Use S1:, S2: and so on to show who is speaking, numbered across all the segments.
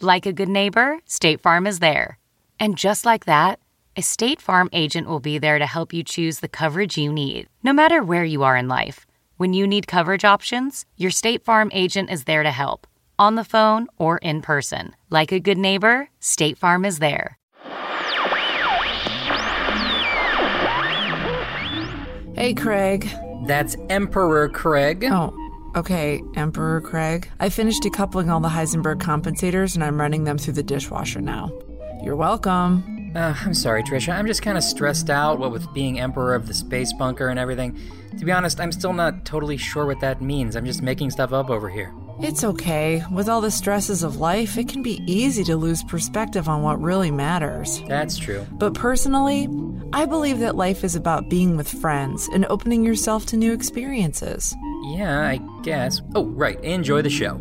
S1: Like a good neighbor, State Farm is there. And just like that, a State Farm agent will be there to help you choose the coverage you need, no matter where you are in life. When you need coverage options, your State Farm agent is there to help, on the phone or in person. Like a good neighbor, State Farm is there.
S2: Hey, Craig.
S3: That's Emperor Craig.
S2: Oh, okay, Emperor Craig. I finished decoupling all the Heisenberg compensators and I'm running them through the dishwasher now. You're welcome.
S3: Uh, I'm sorry, Trisha. I'm just kind of stressed out, what with being Emperor of the Space Bunker and everything. To be honest, I'm still not totally sure what that means. I'm just making stuff up over here.
S2: It's okay. With all the stresses of life, it can be easy to lose perspective on what really matters.
S3: That's true.
S2: But personally, I believe that life is about being with friends and opening yourself to new experiences.
S3: Yeah, I guess. Oh, right. Enjoy the show.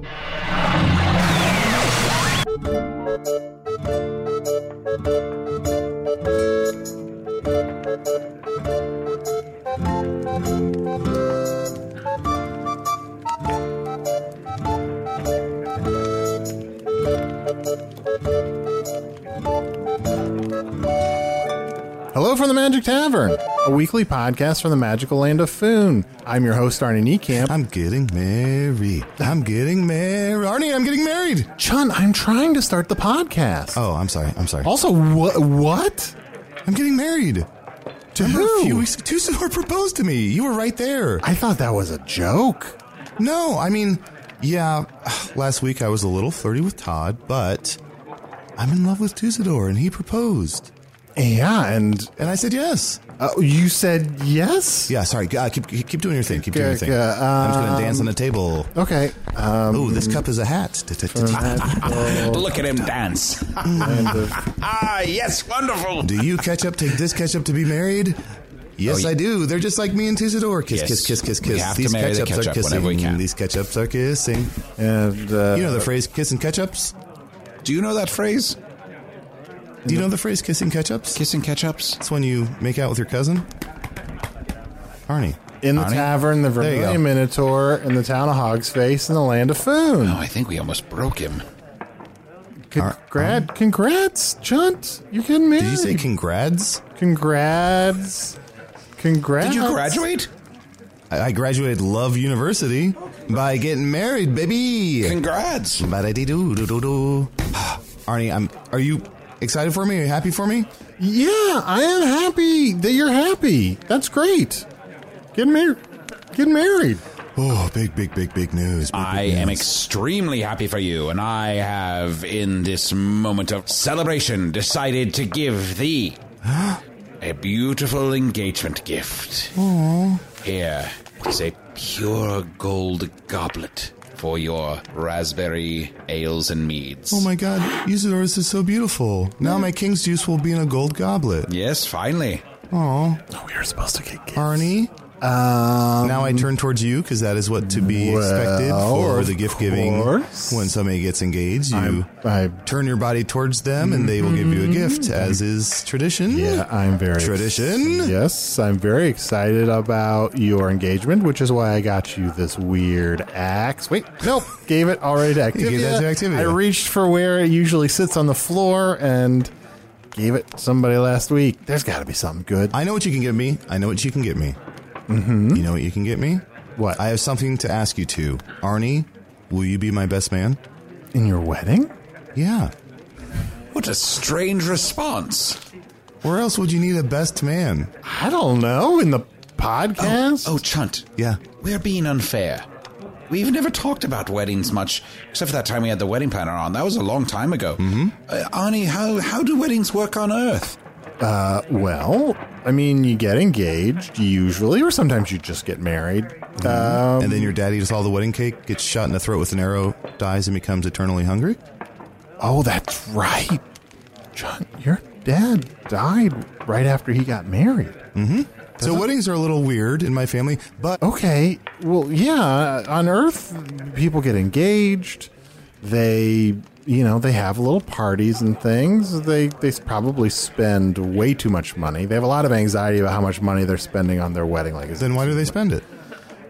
S4: Hello from the Magic Tavern, a weekly podcast from the magical land of Foon. I'm your host, Arnie Niekamp.
S5: I'm getting married. I'm getting married. Arnie, I'm getting married.
S4: Chun, I'm trying to start the podcast.
S5: Oh, I'm sorry. I'm sorry.
S4: Also, what? What?
S5: I'm getting married.
S4: To
S5: Remember A few
S4: who?
S5: weeks ago, Tusador proposed to me. You were right there.
S4: I thought that was a joke.
S5: No, I mean, yeah, last week I was a little flirty with Todd, but I'm in love with Tusador and he proposed.
S4: Yeah, and
S5: And I said yes.
S4: uh, you said yes.
S5: Yeah, sorry. Uh, keep, keep keep doing your thing. Keep doing your
S4: Okay,
S5: thing.
S4: okay,
S5: I'm just going
S4: um,
S5: to dance on the table.
S4: Okay. Um, uh,
S5: Oh, this cup is a hat.
S6: Look at him dance. ah, yes, wonderful.
S5: Do you catch up? Take this ketchup to be married? Yes,
S6: Oh,
S5: I do. They're just like me and Tisador. Kiss,
S6: Yes.
S5: kiss, kiss, kiss,
S6: We
S5: kiss.
S6: have to
S5: These
S6: marry the
S5: ketchups are
S6: ketchup
S5: kissing.
S6: whenever we can.
S5: These ketchups are kissing.
S4: and uh,
S5: You know the phrase "kissing ketchups."
S6: Do you know that phrase?
S5: Do you know the phrase "kissing ketchups"?
S6: Kissing ketchups?
S5: It's when you make out with your cousin, Arnie.
S4: in the
S6: Arnie?
S4: tavern, the
S5: There you go.
S4: Vermilion Minotaur, in the town of Hog's Face, in the land of Foon.
S6: Oh, I think we almost broke him.
S4: Congrat, congrats, Chunt. You're getting married.
S5: Did you say
S4: Hmm.
S5: "congrats"?
S4: Congrats. Congrats.
S6: Did you graduate?
S5: I I graduated Love University by getting married, baby.
S6: Congrats.
S5: Ba-da-dee-doo-doo-doo-doo. Arnie, I'm. Are you excited for me? Are you happy for me?
S4: Yeah, I am happy that you're happy. That's great. Get married. Get married.
S5: Oh, big, big, big, big news. Big, big
S6: I am
S5: news.
S6: extremely happy for you, and I have, in this moment of celebration, decided to give thee a beautiful engagement gift. Here is a pure gold goblet for your raspberry ales and meads.
S5: Oh my god, Usadorus is so beautiful. Now my king's juice will be in a gold goblet.
S6: Yes, finally.
S5: Oh,
S4: No, we were supposed to get gifts.
S5: Arnie.
S4: Um,
S5: Now I turn towards you because that is what to be expected
S4: Well,
S5: for
S4: of
S5: the gift giving.
S4: course.
S5: When somebody gets engaged, you
S4: I'm, I,
S5: turn your body towards them and they will give you a gift, as is tradition.
S4: yeah, I'm very
S5: Tradition?
S4: Yes, I'm very excited about your engagement, which is why I got you this weird axe. Wait, nope, gave it already to Activia.
S5: You gave that to Activia.
S4: I reached for where it usually sits on the floor and gave it to somebody last week. There's got to be something good.
S5: I know what you can give me. I know what you can get me. You know what you can get me?
S4: What?
S5: I have something to ask you to. Arnie, Will you be my best man?
S4: In your wedding?
S5: Yeah.
S6: What a strange response.
S5: Where else would you need a best man?
S4: I don't know. In the podcast?
S6: Oh, Chunt.
S5: Yeah.
S6: We're being unfair. We've never talked about weddings much, except for that time we had the wedding planner on. That was a long time ago. Mm-hmm. Uh, Arnie, how, how do weddings work on Earth?
S4: Uh, Well, I mean, you get engaged usually, or sometimes you just get married. Um,
S5: and then your daddy just all the wedding cake, gets shot in the throat with an arrow, dies, and becomes eternally hungry?
S4: oh, that's right. John, your dad died right after he got married.
S5: So weddings are a little weird in my family, but
S4: Okay. Well, yeah. On Earth, people get engaged. They, you know, they have little parties and things. They they probably spend way too much money. They have a lot of anxiety about how much money they're spending on their wedding. Like, is
S5: then why do they spend it?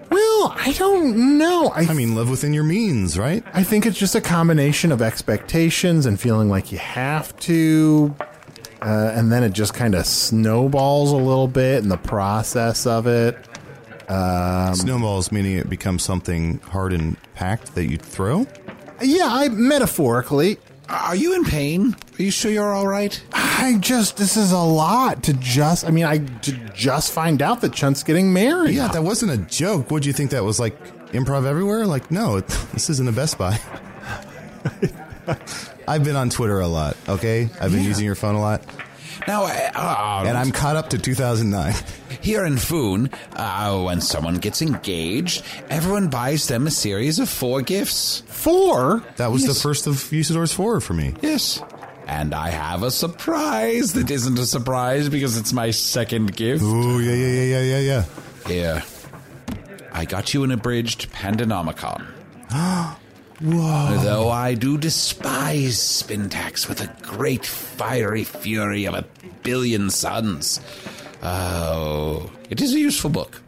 S4: Well, I don't know. I,
S5: I mean, live within your means, right?
S4: I think it's just a combination of expectations and feeling like you have to. Uh, and then it just kind of snowballs a little bit in the process of it.
S5: Snowballs, meaning it becomes something hard and packed that you throw?
S4: Yeah, I metaphorically,
S6: Are you in pain? Are you sure you're all right?
S4: I just this is a lot to just. I mean, I to just find out that Chunt's getting married.
S5: Yeah, that wasn't a joke. What'd you think that was like improv everywhere? Like, no, it, this isn't a Best Buy. I've been on Twitter a lot, okay? I've been using your phone a lot.
S6: Now, uh, uh,
S5: And I'm caught up to 2009.
S6: Here in Foon, uh, when someone gets engaged, everyone buys them a series of four gifts.
S4: four.
S5: That was the
S6: Yes.
S5: first of Usador's Four for me.
S6: Yes. And I have a surprise that isn't a surprise because it's my second gift.
S5: Ooh, yeah, yeah, yeah, yeah, yeah, yeah.
S6: Here. I got you an abridged Pandanomicon.
S5: Whoa.
S6: Though I do despise Spintax with a great fiery fury of a billion suns. Oh, it is a useful book.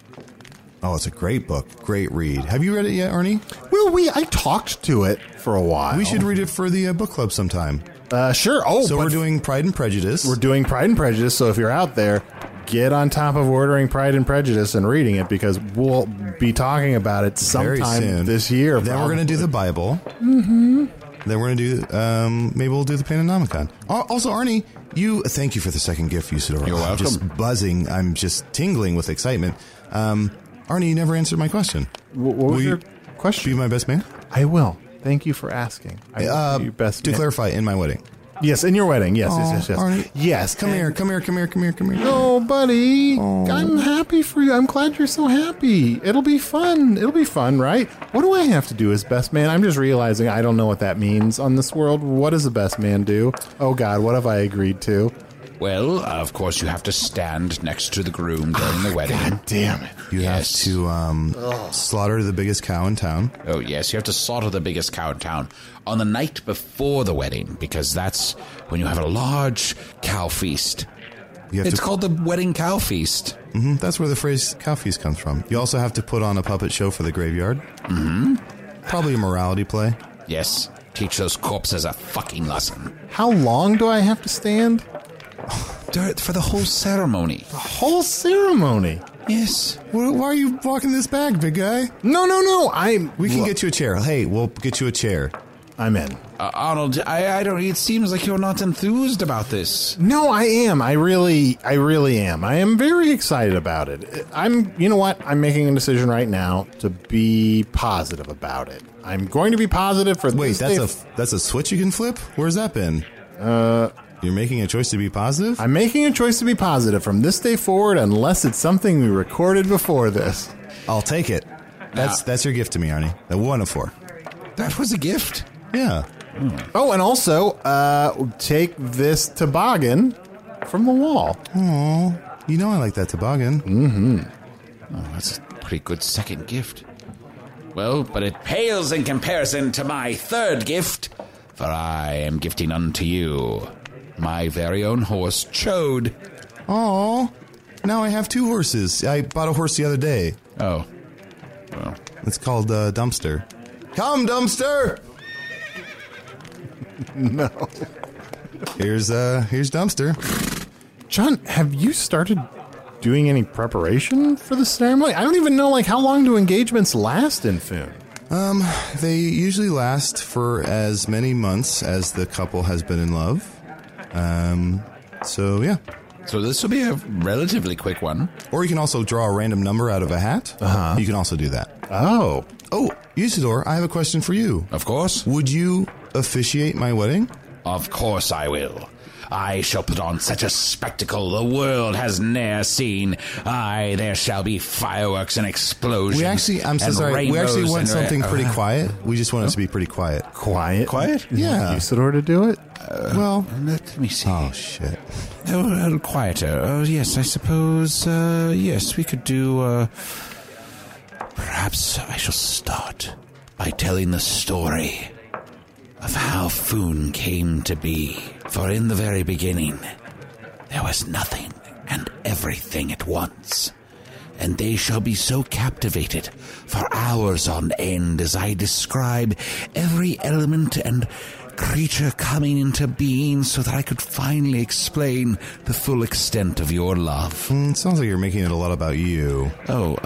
S5: Oh, it's a great book. Great read. Have you read it yet, Ernie?
S4: Well, we I talked to it for a while.
S5: We should read it for the uh, book club sometime.
S4: Uh, sure. Oh,
S5: So
S4: but
S5: we're doing Pride and Prejudice.
S4: we're doing Pride and Prejudice. So if you're out there, get on top of ordering Pride and Prejudice and reading it because we'll be talking about it
S5: Very
S4: sometime
S5: soon.
S4: this year.
S5: Then we're going to do the Bible. Mm-hmm. Then we're going to do, um, maybe we'll do the Pananomicon. Al- Also, Arnie, you, thank you for the second gift, Usador.
S6: You're
S5: I'm just
S6: welcome.
S5: buzzing. I'm just tingling with excitement. Um, Arnie, you never answered my question.
S4: What, what
S5: Will
S4: was
S5: you
S4: your
S5: Be
S4: question?
S5: my best man?
S4: I will. Thank you for asking. I will
S5: Uh,
S4: do your best
S5: to
S4: man.
S5: clarify, in my wedding.
S4: Yes, in your wedding. Yes,
S5: Oh,
S4: yes, yes, yes.
S5: Arnie.
S4: Yes.
S5: Come here, come here, come here, come here, come here.
S4: Oh, buddy.
S5: Oh.
S4: I'm happy for you. I'm glad you're so happy. It'll be fun. It'll be fun, right? What do I have to do as best man? I'm just realizing I don't know what that means on this world. What does a best man do? Oh, God, what have I agreed to?
S6: Well, of course, you have to stand next to the groom during the wedding.
S4: Damn it.
S5: Oh, You
S6: Yes.
S5: have to um, slaughter the biggest cow in town.
S6: Oh, yes, you have to slaughter the biggest cow in town on the night before the wedding because that's when you have a large cow feast.
S5: You have
S6: It's
S5: to,
S6: called the wedding cow feast.
S5: Mhm, that's where the phrase cow feast comes from. You also have to put on a puppet show for the graveyard. Mm-hmm. Probably a morality play.
S6: Yes, teach those corpses a fucking lesson.
S4: How long do I have to stand?
S6: Dur- For the whole ceremony.
S4: The whole ceremony.
S6: Yes.
S5: Why, why are you walking this back, big guy?
S4: No, no, no. I'm.
S5: We can
S4: Look,
S5: get you a chair. Hey, we'll get you a chair.
S4: I'm in.
S6: Uh, Arnold, I, I don't. It seems like you're not enthused about this.
S4: No, I am. I really, I really am. I am very excited about it. I'm, you know what? I'm making a decision right now to be positive about it. I'm going to be positive for
S5: Wait,
S4: this
S5: that's
S4: day.
S5: a that's a switch you can flip. Where's that been? Uh, you're making a choice to be positive.
S4: I'm making a choice to be positive from this day forward, unless it's something we recorded before this.
S5: I'll take it. That's
S6: Nah.
S5: that's your gift to me, Arnie. A one of four.
S6: That was a gift.
S5: Yeah.
S4: Oh, and also, uh, take this toboggan from the wall.
S5: Oh, you know I like that toboggan.
S6: Oh, that's a pretty good second gift. Well, but it pales in comparison to my third gift, for I am gifting unto you my very own horse, Chode.
S5: Oh, now I have two horses. I bought a horse the other day.
S6: Oh,
S5: It's called uh, Dumpster. Come, Dumpster. no. Here's uh, here's Dumpster.
S4: John, have you started doing any preparation for the ceremony? I don't even know like how long do engagements last in Foon.
S5: Um, they usually last for as many months as the couple has been in love. Um, so yeah.
S6: So this will be a relatively quick one.
S5: Or you can also draw a random number out of a hat. Uh-huh. You can also do that.
S4: Oh,
S5: Oh, Usador, I have a question for you.
S6: Of course.
S5: Would you officiate my wedding?
S6: Of course I will. I shall put on such a spectacle the world has ne'er seen. Aye, there shall be fireworks and explosions.
S5: We actually, I'm so
S6: and
S5: sorry. We actually
S6: rainbows and
S5: want
S6: ra-
S5: something pretty quiet. We just want it to be pretty quiet.
S4: quiet.
S6: Quiet?
S4: You want
S5: Yeah.
S4: Usador to do it?
S5: Well,
S6: Let me see.
S5: oh shit.
S6: Oh, a little quieter. Oh, yes, I suppose. Uh, yes, we could do. Uh, perhaps I shall start by telling the story of how Foon came to be. For in the very beginning, there was nothing and everything at once. And they shall be so captivated for hours on end as I describe every element and creature coming into being so that I could finally explain the full extent of your love.
S5: Mm, sounds like you're making it a lot about you.
S6: Oh,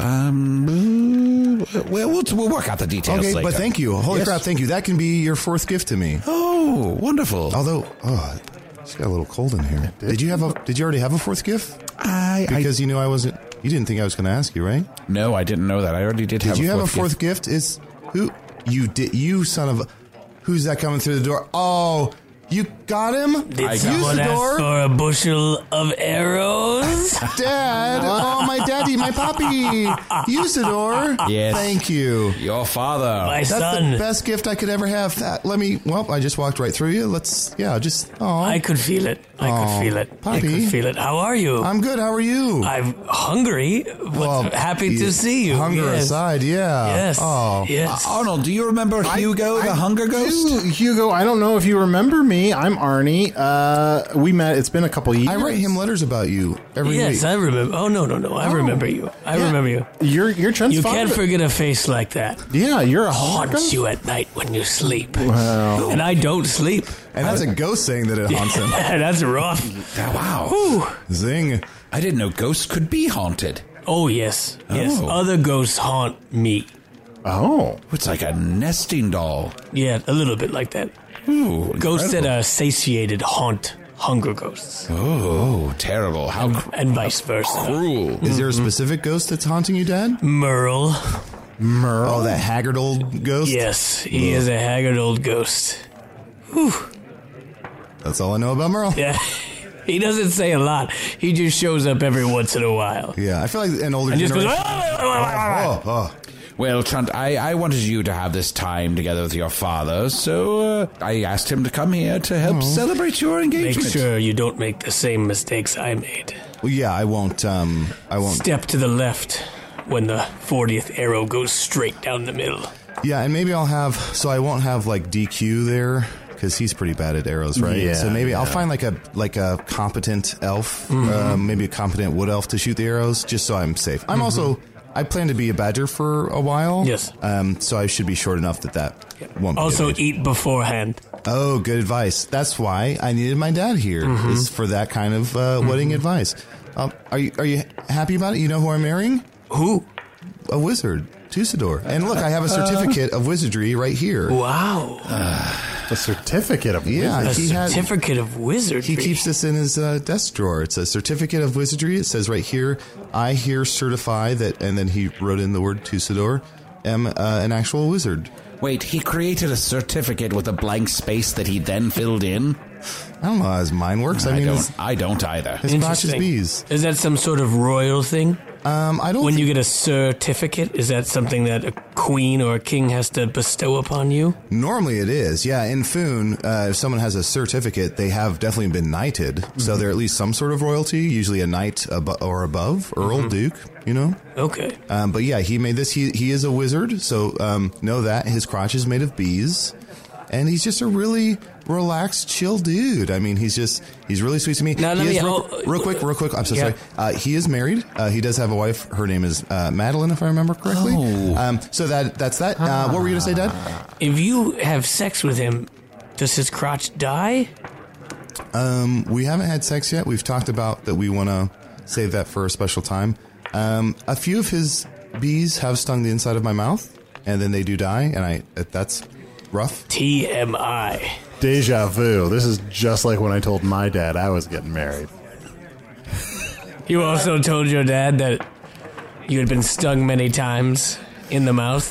S6: um, uh, well, we'll, we'll work out the details
S5: Okay,
S6: later.
S5: but thank you. Holy
S6: Yes.
S5: crap, thank you. That can be your fourth gift to me.
S6: Oh, wonderful.
S5: Although, oh, it's got a little cold in here. Did you have a? Did you already have a fourth gift?
S6: I, I-
S5: Because you knew I wasn't. You didn't think I was going to ask you, right?
S6: no, I didn't know that. I already did.
S5: Did
S6: have
S5: you
S6: a
S5: have a
S6: fourth
S5: fourth gift? Is who you did? You son of. a- Who's that coming through the door? Oh, you got him.
S7: Did
S5: Use
S7: someone
S5: the
S7: ask
S5: door,
S7: for a bushel of arrows?
S5: Dad. Oh, my daddy, my poppy. Use the door.
S6: Yes.
S5: Thank you.
S6: Your father.
S7: My
S5: That's the
S7: son,
S5: best gift I could ever have. That, let me. Well, I just walked right through you. Let's. Yeah, just. Oh,
S7: I could feel it. I
S5: Aw,
S7: could feel it. I
S5: puppy.
S7: could feel it. How are you?
S5: I'm good. How are you? Oh,
S7: I'm hungry, but happy
S5: yeah,
S7: to see you.
S5: Hunger
S7: Yes.
S5: aside, yeah.
S7: Yes.
S5: Oh,
S7: Yes.
S6: Arnold, do you remember Hugo, the Hunger Ghost?
S4: Ooh, Hugo, I don't know if you remember me. I'm Arnie. Uh, we met. It's been a couple years.
S5: I write him letters about you every
S7: yes,
S5: week.
S7: I remember. Oh no, no, no! I remember you. I remember you.
S4: You're you're Trent's
S7: You
S4: father.
S7: can't forget a face like that.
S4: yeah, you're a hawker.
S7: Haunts you at night when you sleep. And I don't sleep.
S5: and that's a ghost saying that it haunts him.
S7: That's rough.
S6: Oh, wow.
S5: Zing.
S6: I didn't know ghosts could be haunted.
S7: Oh yes, yes.
S6: Oh.
S7: Other ghosts haunt me.
S4: Oh,
S6: It's like a nesting doll.
S7: Yeah, a little bit like that.
S6: Ooh,
S7: Ghosts that
S6: incredible.
S7: are satiated haunt hunger ghosts,
S6: Oh, terrible. How cr-
S7: and vice versa.
S6: cruel.
S5: Is
S7: Mm-hmm.
S5: there a specific ghost that's haunting you, Dad?
S7: Merle.
S4: Merle.
S5: Oh, that haggard old ghost?
S7: Yes, he is a haggard old ghost.
S5: That's all I know about Merle. Yeah.
S7: Yeah, he doesn't say a lot. He just shows up every once in a while
S5: I feel like an older
S7: and just goes.
S5: generation.
S7: "Ah!"
S5: oh, oh.
S6: Well, Trent, I, I wanted you to have this time together with your father, so uh, I asked him to come here to help celebrate your
S7: Oh. Make
S6: engagement.
S7: sure you don't make the same mistakes I made.
S5: Well, yeah, I won't. Um, I won't.
S7: Step to the left when the 40th arrow goes straight down the middle.
S5: Yeah, and maybe I'll have. So I won't have like DQ there because he's pretty bad at arrows, right?
S4: Yeah,
S5: so maybe I'll
S4: yeah.
S5: find like a like a competent elf,
S7: Mm-hmm.
S5: uh, maybe a competent wood elf to shoot the arrows, just so I'm safe. I'm also. I plan to be a badger for a while.
S7: Mm-hmm. Yes. Oh,
S5: Um. So I should be short enough that that won't. Be
S7: Also,
S5: an issue.
S7: eat beforehand.
S5: oh, good advice. That's why I needed my dad here is for that kind of uh, wedding advice. Um, are you are you happy about it? You know who I'm marrying?
S7: Who?
S5: A wizard, Tusador. And look, I have a certificate of wizardry right here.
S7: Wow.
S4: a certificate of
S5: Yeah,
S7: a
S5: Uh, he has.
S7: certificate of wizardry.
S5: He keeps this in his uh, desk drawer. It's a certificate of wizardry. It says right here, "I here certify that," and then he wrote in the word Tusador, "am uh, an actual wizard."
S6: Wait, he created a certificate with a blank space that he then filled in?
S5: I don't know how his mind works. I,
S6: I
S5: mean,
S6: don't.
S5: his,
S6: I don't either.
S5: his crotch is
S7: Interesting.
S5: bees.
S7: Is that some sort of royal thing?
S5: Um, I don't.
S7: When
S5: thi-
S7: you get a certificate, is that something that a queen or a king has to bestow upon you?
S5: normally it is, yeah. In Foon, uh, if someone has a certificate, they have definitely been knighted, so
S7: Mm-hmm.
S5: they're at least some sort of royalty. Usually a knight abo- or above, earl,
S7: Mm-hmm.
S5: duke. You know.
S7: Okay.
S5: Um, but yeah, he made this. He he is a wizard, so um, know that his crotch is made of bees, and he's just a really relaxed, chill dude. I mean, he's just he's really sweet to me.
S7: Now, let
S5: He
S7: me-
S5: is real,
S7: oh,
S5: real quick, real quick. I'm so
S7: yeah.
S5: sorry. Uh, he is married. Uh, he does have a wife. Her name is uh, Madeline, if I remember correctly.
S7: Oh.
S5: Um, so that that's that.
S7: Ah.
S5: Uh, what were you gonna say, Dad?
S7: If you have sex with him, does his crotch die?
S5: We haven't had sex yet. We've talked about that we want to save that for a special time. Um, a few of his bees have stung the inside of my mouth. and then they do die, and I uh, that's rough.
S7: TMI.
S4: Deja vu. This is just like when I told my dad I was getting married.
S7: You also told your dad that you had been stung many times in the mouth.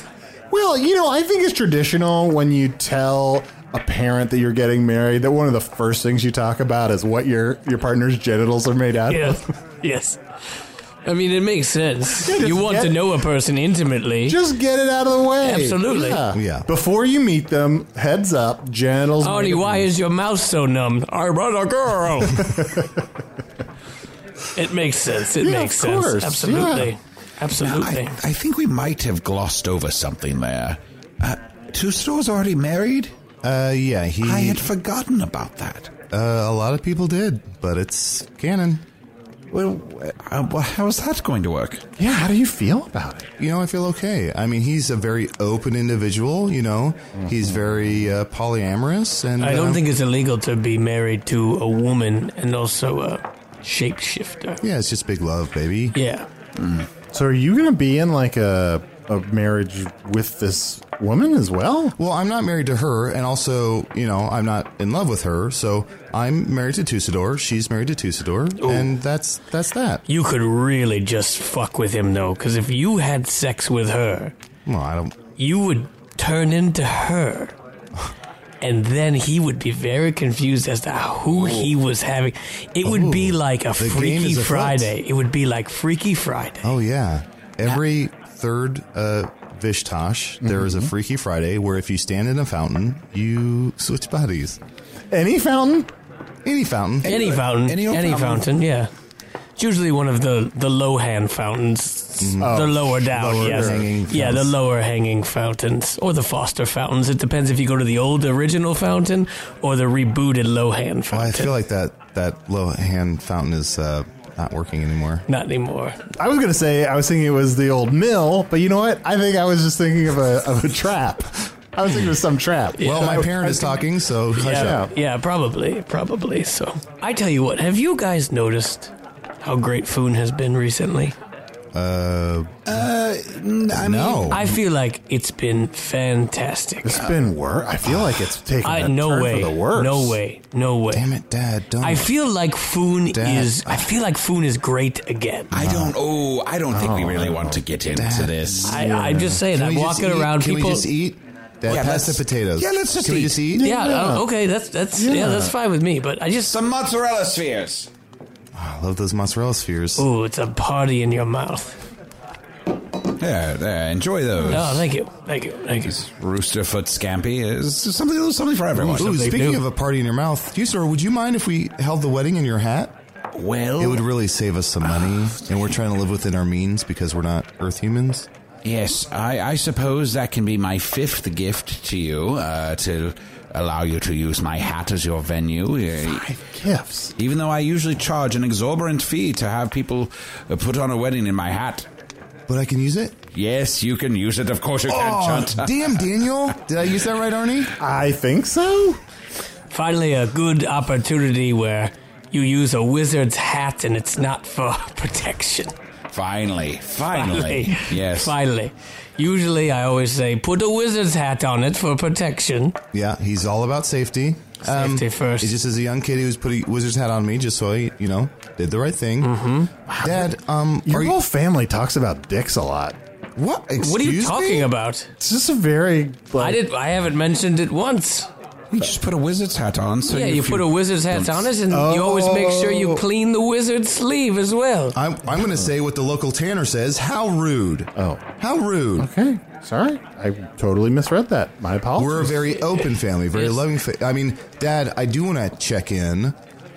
S4: Well, you know, I think it's traditional when you tell a parent that you're getting married that one of the first things you talk about is what your your partner's genitals are made out of.
S7: Yes. yes. I mean, it makes sense.
S4: just
S7: you want
S4: get-
S7: to know a person intimately.
S4: Just get it out of the way.
S7: Absolutely.
S5: Yeah.
S4: Before you meet them, heads up, genitals.
S7: Arnie, why is your mouth so numb? I run a girl. it makes sense. It
S4: Yeah,
S7: makes
S4: of course.
S7: sense. Absolutely.
S4: Yeah.
S7: Absolutely.
S6: I, I think we might have glossed over something there. Uh, Tustore's already married?
S5: Uh, yeah, he.
S6: I
S7: Mm.
S6: had forgotten about that.
S5: uh, a lot of people did, but it's canon.
S6: Well, uh, well, how's that going to work?
S4: Yeah, how do you feel about it?
S5: You know, I feel okay. I mean, he's a very open individual. You know, he's very uh, polyamorous, and
S7: Mm-hmm. I don't
S5: um,
S7: think it's illegal to be married to a woman and also a shapeshifter.
S5: Yeah, it's just big love, baby.
S7: Yeah.
S4: So are you gonna be in like a a marriage with this woman as well?
S5: Well, I'm not married to her, and also, you know, I'm not in love with her. So I'm married to Tusador. She's married to Tusador, and that's that's that.
S7: You could really just fuck with him, though, because if you had sex with her,
S5: Well, I don't.
S7: you would turn into her. And then he would be very confused as to who he was having. It would be like a
S5: Oh. game
S7: Freaky
S5: is afoot.
S7: Friday. It would be like Freaky Friday.
S5: Oh yeah, every third uh, Vishtosh there is a Freaky Friday where if you stand in a fountain, you switch bodies.
S4: Any fountain?
S5: Any fountain.
S7: Any fountain, any,
S6: any old
S7: fountain.
S6: fountain.
S7: yeah. It's usually one of the the low hand fountains, the lower down,
S5: Mm-hmm. Oh, lower
S7: yes,
S5: hanging
S7: yeah, the
S5: fountains.
S7: lower hanging fountains or the Foster fountains. It depends if you go to the old original fountain or the rebooted low hand
S5: Well, I
S7: fountain.
S5: feel like that that low hand fountain is uh, not working anymore.
S7: Not anymore.
S4: I was gonna say I was thinking it was the old mill, but you know what? I think I was just thinking of a of a trap. I was thinking of some trap.
S5: Well, my parent is talking, so hush
S7: Yeah,
S5: up.
S7: yeah, probably, probably. So I tell you what, have you guys noticed how great Foon has been recently?
S5: Uh,
S6: I
S5: no.
S7: I feel like it's been fantastic.
S4: It's been worse. I feel like it's taken
S7: I
S4: a
S7: no
S4: turn
S7: way,
S4: for the worse.
S7: no way, no way.
S5: Damn it, Dad! Don't.
S7: I feel like Foon
S5: Dad.
S7: is. I feel like Foon is great again.
S6: I don't. Oh, I don't think we really want to get into this.
S7: I, I'm just saying.
S5: Can
S7: I'm
S5: we just
S7: walking
S5: eat?
S7: around.
S5: Can
S7: people.
S5: we just eat? Dad,
S6: Yeah,
S5: pass the
S6: let's-
S5: potatoes.
S6: yeah, let's just
S5: Can we
S6: eat.
S5: just eat?
S7: yeah. oh, okay. That's that's yeah.
S4: Yeah.
S7: That's fine with me. But I just.
S6: Some mozzarella spheres.
S5: I love those mozzarella spheres.
S7: Ooh, it's a party in your mouth.
S6: There, there. Enjoy those.
S7: Oh, thank you, thank you, thank you.
S6: Rooster foot scampi is something, something for everyone.
S5: Ooh,
S7: something
S5: speaking
S7: new.
S5: of a party in your mouth, Tusador, would you mind if we held the wedding in your hat?
S6: Well,
S5: It would really save us some money, and we're trying to live within our means because we're not Earth humans.
S6: yes, I, I suppose that can be my fifth gift to you uh, to allow you to use my hat as your venue. Uh,
S4: Gifts.
S6: Even though I usually charge an exorbitant fee to have people uh, put on a wedding in my hat.
S5: But I can use it. Oh,
S6: Yes, you can use it. Of course you can, Chunt.
S5: damn, Daniel! Did I use that right, Arnie?
S4: I think so.
S7: Finally, a good opportunity where you use a wizard's hat and it's not for protection.
S6: Finally, finally. Yes.
S7: Finally. Usually, I always say put a wizard's hat on it for protection.
S5: Yeah, he's all about safety.
S7: Safety first.
S5: It's just as a young kid, he was putting wizard's hat on me just so I, you know, did the right thing. Mm-hmm. Dad, um,
S4: Your
S5: are you
S4: whole family talks about dicks a lot.
S5: what? Excuse
S7: What are you talking
S5: me?
S7: about?
S4: It's just a very. Like,
S7: I did. I haven't mentioned it once.
S6: You just put a wizard's hat on. So
S7: yeah,
S6: if
S7: you put a wizard's hat
S6: don't-
S7: on it, and you always make sure you
S5: Oh.
S7: clean the wizard's sleeve as well.
S5: I'm, I'm going to say what the local tanner says. How rude!
S4: Oh.
S5: how rude!
S4: Okay, sorry. I totally misread that. My apologies.
S5: We're a very open family, very loving. Fa- I mean, Dad, I do want to check in.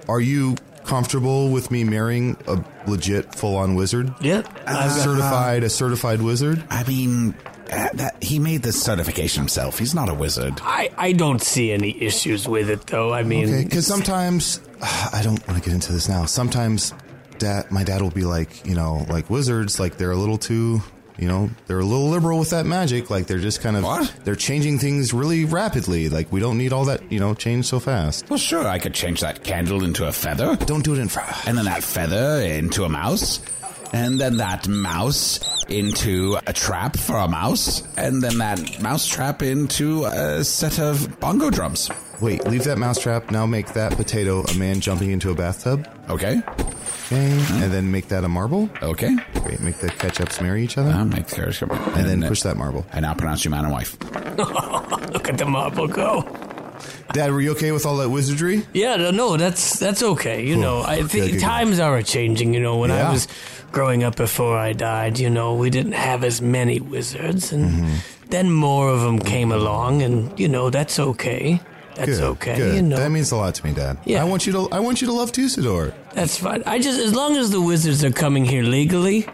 S5: Are you comfortable with me marrying a legit, full-on wizard?
S7: Yep.
S5: certified, a certified wizard.
S6: I mean, uh, that, he made this certification himself. He's not a wizard.
S7: I, I don't see any issues with it, though. I mean,
S5: Okay, because sometimes I don't want to get into this now. Sometimes, Dad, my dad will be like, you know, like wizards, like they're a little too. You know, they're a little liberal with that magic. Like, they're just kind of,
S6: What?
S5: they're changing things really rapidly. Like, we don't need all that, you know, change so fast.
S6: Well, sure, I could change that candle into a feather,
S5: Don't do it in front.
S6: and then that feather into a mouse, and then that mouse into a trap for a mouse, and then that mouse trap into a set of bongo drums.
S5: Wait, leave that mousetrap. Now make that potato a man jumping into a bathtub.
S6: Okay,
S5: Okay. And then make that a marble.
S6: okay.
S5: Wait, make the ketchups marry each other.
S6: I'll make the come on.
S5: and then push that marble.
S6: I now pronounce you man and wife.
S7: Look at the marble go.
S5: Dad, were you okay with all that wizardry?
S7: Yeah, no, no, that's that's okay. You know, I
S5: okay, good,
S7: think
S5: good.
S7: times are a changing. You know, when
S5: Yeah.
S7: I was growing up before I died, you know, we didn't have as many wizards, and
S5: Mm-hmm.
S7: then more of them came along, and you know, that's okay. That's
S5: Good,
S7: okay.
S5: Good.
S7: You know,
S5: That means a lot to me, Dad.
S7: Yeah.
S5: I want you to. I want you to love Tusador.
S7: that's fine. I just, as long as the wizards are coming here legally,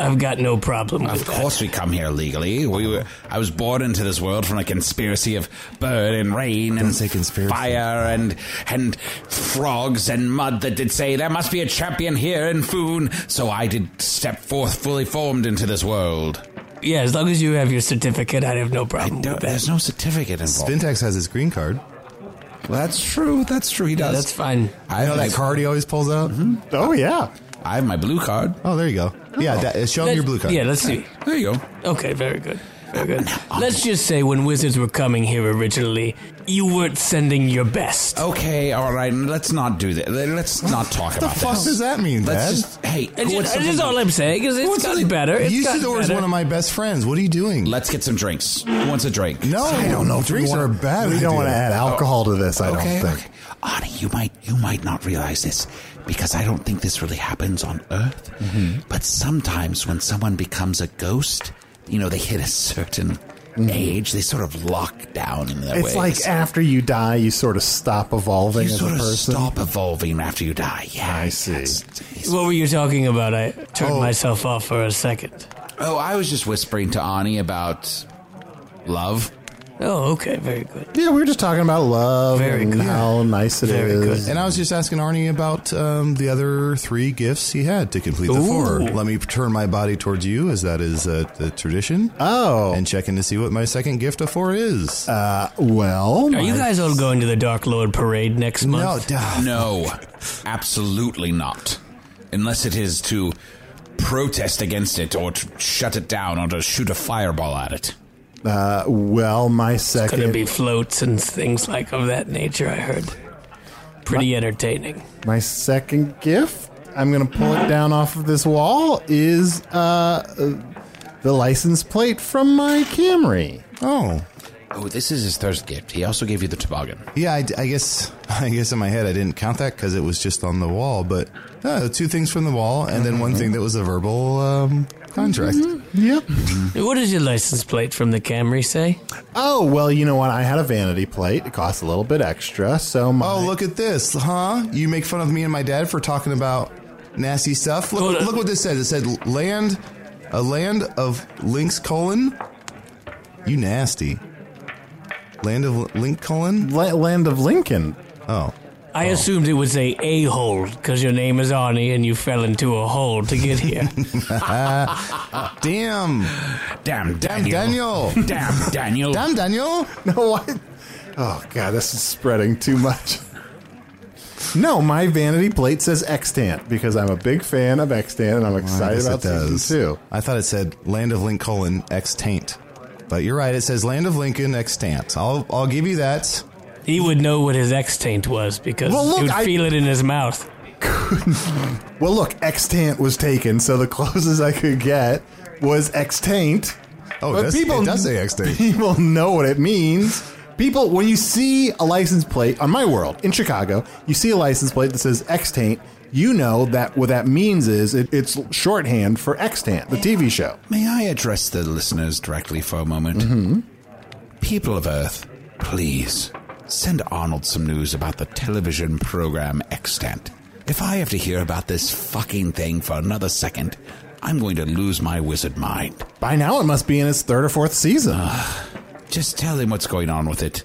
S7: I've got no problem with
S6: Of course, we come here legally. We were, I was born into this world from a conspiracy of bird and rain and
S5: say conspiracy.
S6: fire and and frogs and mud that did say there must be a champion here in Foon. So I did step forth fully formed into this world.
S7: that. Yeah, as long as you have your certificate, I have no problem
S6: No,
S7: with that.
S6: there's no certificate involved.
S5: Spintax has his green card.
S6: That's true. That's true. He does.
S7: That's fine.
S6: I have
S5: You know that
S6: that card.
S5: card he always pulls out.
S4: Oh yeah.
S6: I have my blue card.
S5: Oh, there you go. Yeah, Dad, show him your blue card.
S7: Yeah, let's see.
S6: There you go.
S7: Okay, very good. Very good. Let's just say when wizards were coming here originally, you weren't sending your best.
S5: Oh,
S6: Okay, all right. Let's not do that. Let's not talk
S5: the
S6: about
S5: fuck
S6: this.
S5: does that mean,
S6: Let's
S5: Dad?
S6: just hey. go
S7: It's
S6: with
S7: just,
S6: something-
S7: that's all I'm saying. Is it's gotten better. It's gotten
S5: Usador is
S7: better.
S5: one of my best friends. What are you doing?
S6: Let's get some drinks. Who wants a drink?
S5: no,
S4: I don't know. if we
S5: Drinks
S4: wanna-
S5: are a bad.
S4: We don't
S5: idea.
S4: want to add alcohol to this. I
S6: okay,
S4: don't think.
S6: okay. Ani, you might you might not realize this because I don't think this really happens on Earth.
S4: Mm-hmm.
S6: But sometimes when someone becomes a ghost, you know, they hit a certain age, they sort of lock down in their
S4: Mm-hmm. It's
S6: ways.
S4: like after you die, you sort of stop evolving
S6: you
S4: as
S6: sort
S4: a
S6: of
S4: person.
S6: stop evolving after you die. Yeah,
S4: I see.
S6: that's-
S7: What were you talking about? I turned
S5: Oh.
S7: myself off for a second.
S6: Oh, I was just whispering to Ani about love.
S7: Oh, okay, very good.
S4: Yeah, we were just talking about love
S7: Very
S4: and
S7: good.
S4: how nice it is.
S7: Very good.
S5: And I was just asking Arnie about um, the other three gifts he had to complete the four. Let me turn my body towards you, as that is uh, the tradition,
S4: Oh,
S5: and check in to see what my second gift of four is.
S4: well.
S7: Are you guys all going to the Dark Lord parade next
S5: no,
S7: month?
S5: duh.
S6: No, absolutely not. Unless it is to protest against it or to shut it down or to shoot a fireball at it.
S4: Uh, well, my
S7: Going to
S4: second
S7: be floats and things like of that nature. I heard. Pretty entertaining.
S4: my second gift. I'm gonna pull it down off of this wall. Is uh, uh, the license plate from my Camry?
S5: Oh,
S6: Oh, this is his third gift. He also gave you the toboggan.
S5: yeah. I, d- I guess I guess in my head I didn't count that because it was just on the wall. But uh, two things from the wall, and then
S7: Mm-hmm.
S5: one thing that was a verbal um, contract.
S4: Yep.
S7: What does your license plate from the Camry say?
S4: Oh well, you know what? I had a vanity plate. It cost a little bit extra, so my
S5: Oh, look at this, huh? You make fun of me and my dad for talking about nasty stuff.
S7: Hold
S5: Look,
S7: on.
S5: look what this says. It said land, a land of lynx colon. You nasty. Land of link colon.
S4: La- land of Lincoln.
S5: Oh,
S7: I assumed it was a a hole because your name is Arnie and you fell into a hole to get here.
S5: damn,
S6: Damn,
S5: damn
S6: Daniel.
S5: Daniel,
S6: Damn, Daniel.
S5: damn Daniel.
S4: No, I. Oh god, this is spreading too much. No, my vanity plate says extant because I'm a big fan of extant and I'm
S5: I
S4: excited
S5: guess
S4: about season two.
S5: I thought it said land of link colon extant, but you're right. It says land of Lincoln extant. I'll I'll give you that.
S7: he would know what his extant was because
S4: Well, look,
S7: he would
S4: I-
S7: feel it in his mouth.
S4: Well, look, extant was taken, so the closest I could get was extant.
S5: Oh, it does, it does say extant.
S4: People know what it means. People, when you see a license plate on my world in Chicago, you see a license plate that says extant. You know that what that means is it, it's shorthand for extant, the TV show.
S6: May I address the listeners directly for a moment? People of Earth, please send Arnold some news about the television program Extant. If I have to hear about this fucking thing for another second, I'm going to lose my wizard mind.
S4: By now, it must be in its third or fourth season.
S6: Just tell him what's going on with it.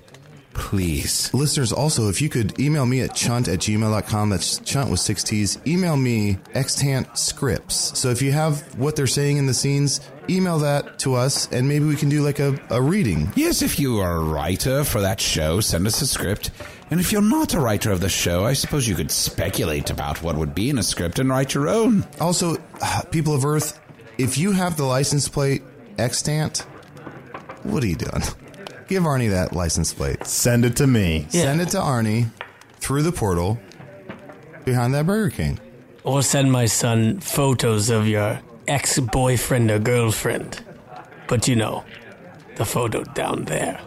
S6: Please.
S5: Listeners, also, if you could email me at chunt at gmail.com, that's chunt with six T's, email me extant scripts. So if you have what they're saying in the scenes, email that to us, and maybe we can do like a, a reading.
S6: Yes, if you are a writer for that show, send us a script. And if you're not a writer of the show, I suppose you could speculate about what would be in a script and write your own.
S5: Also, people of Earth, if you have the license plate extant, what are you doing? Give Arnie that license plate.
S8: Send it to me.
S5: Send it to Arnie through the portal behind that Burger King.
S7: Or send my son photos of your ex boyfriend or girlfriend. But you know, the photo down there.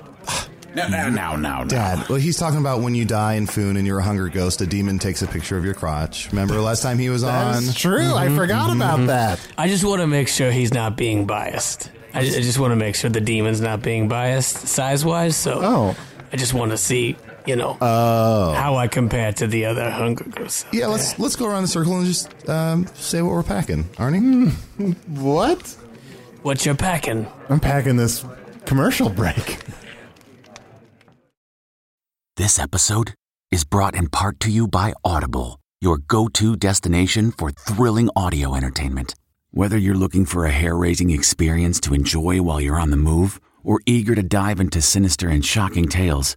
S6: No, no, no, no, no.
S5: Dad, well, he's talking about when you die in Foon and you're a hunger ghost, a demon takes a picture of your crotch. Remember last time he was on?
S8: That's true. I forgot about that.
S7: I just want to make sure he's not being biased. I just, I just want to make sure the demon's not being biased size wise. So
S8: Oh.
S7: I just want to see, you know, how I compare to the other hunger ghosts. out
S5: Yeah,
S7: there.
S5: let's let's go around the circle and just um, say what we're packing, Arnie.
S8: Mm-hmm. What?
S7: What you're packing?
S8: I'm packing this commercial break.
S9: This episode is brought in part to you by Audible, your go to destination for thrilling audio entertainment. Whether you're looking for a hair raising experience to enjoy while you're on the move or eager to dive into sinister and shocking tales,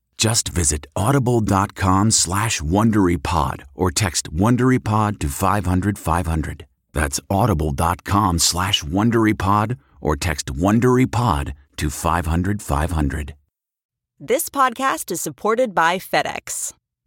S9: Just visit audible.com slash WonderyPod or text WonderyPod to 500 500. That's audible.com slash WonderyPod or text WonderyPod to 500 500.
S4: This podcast is supported by FedEx.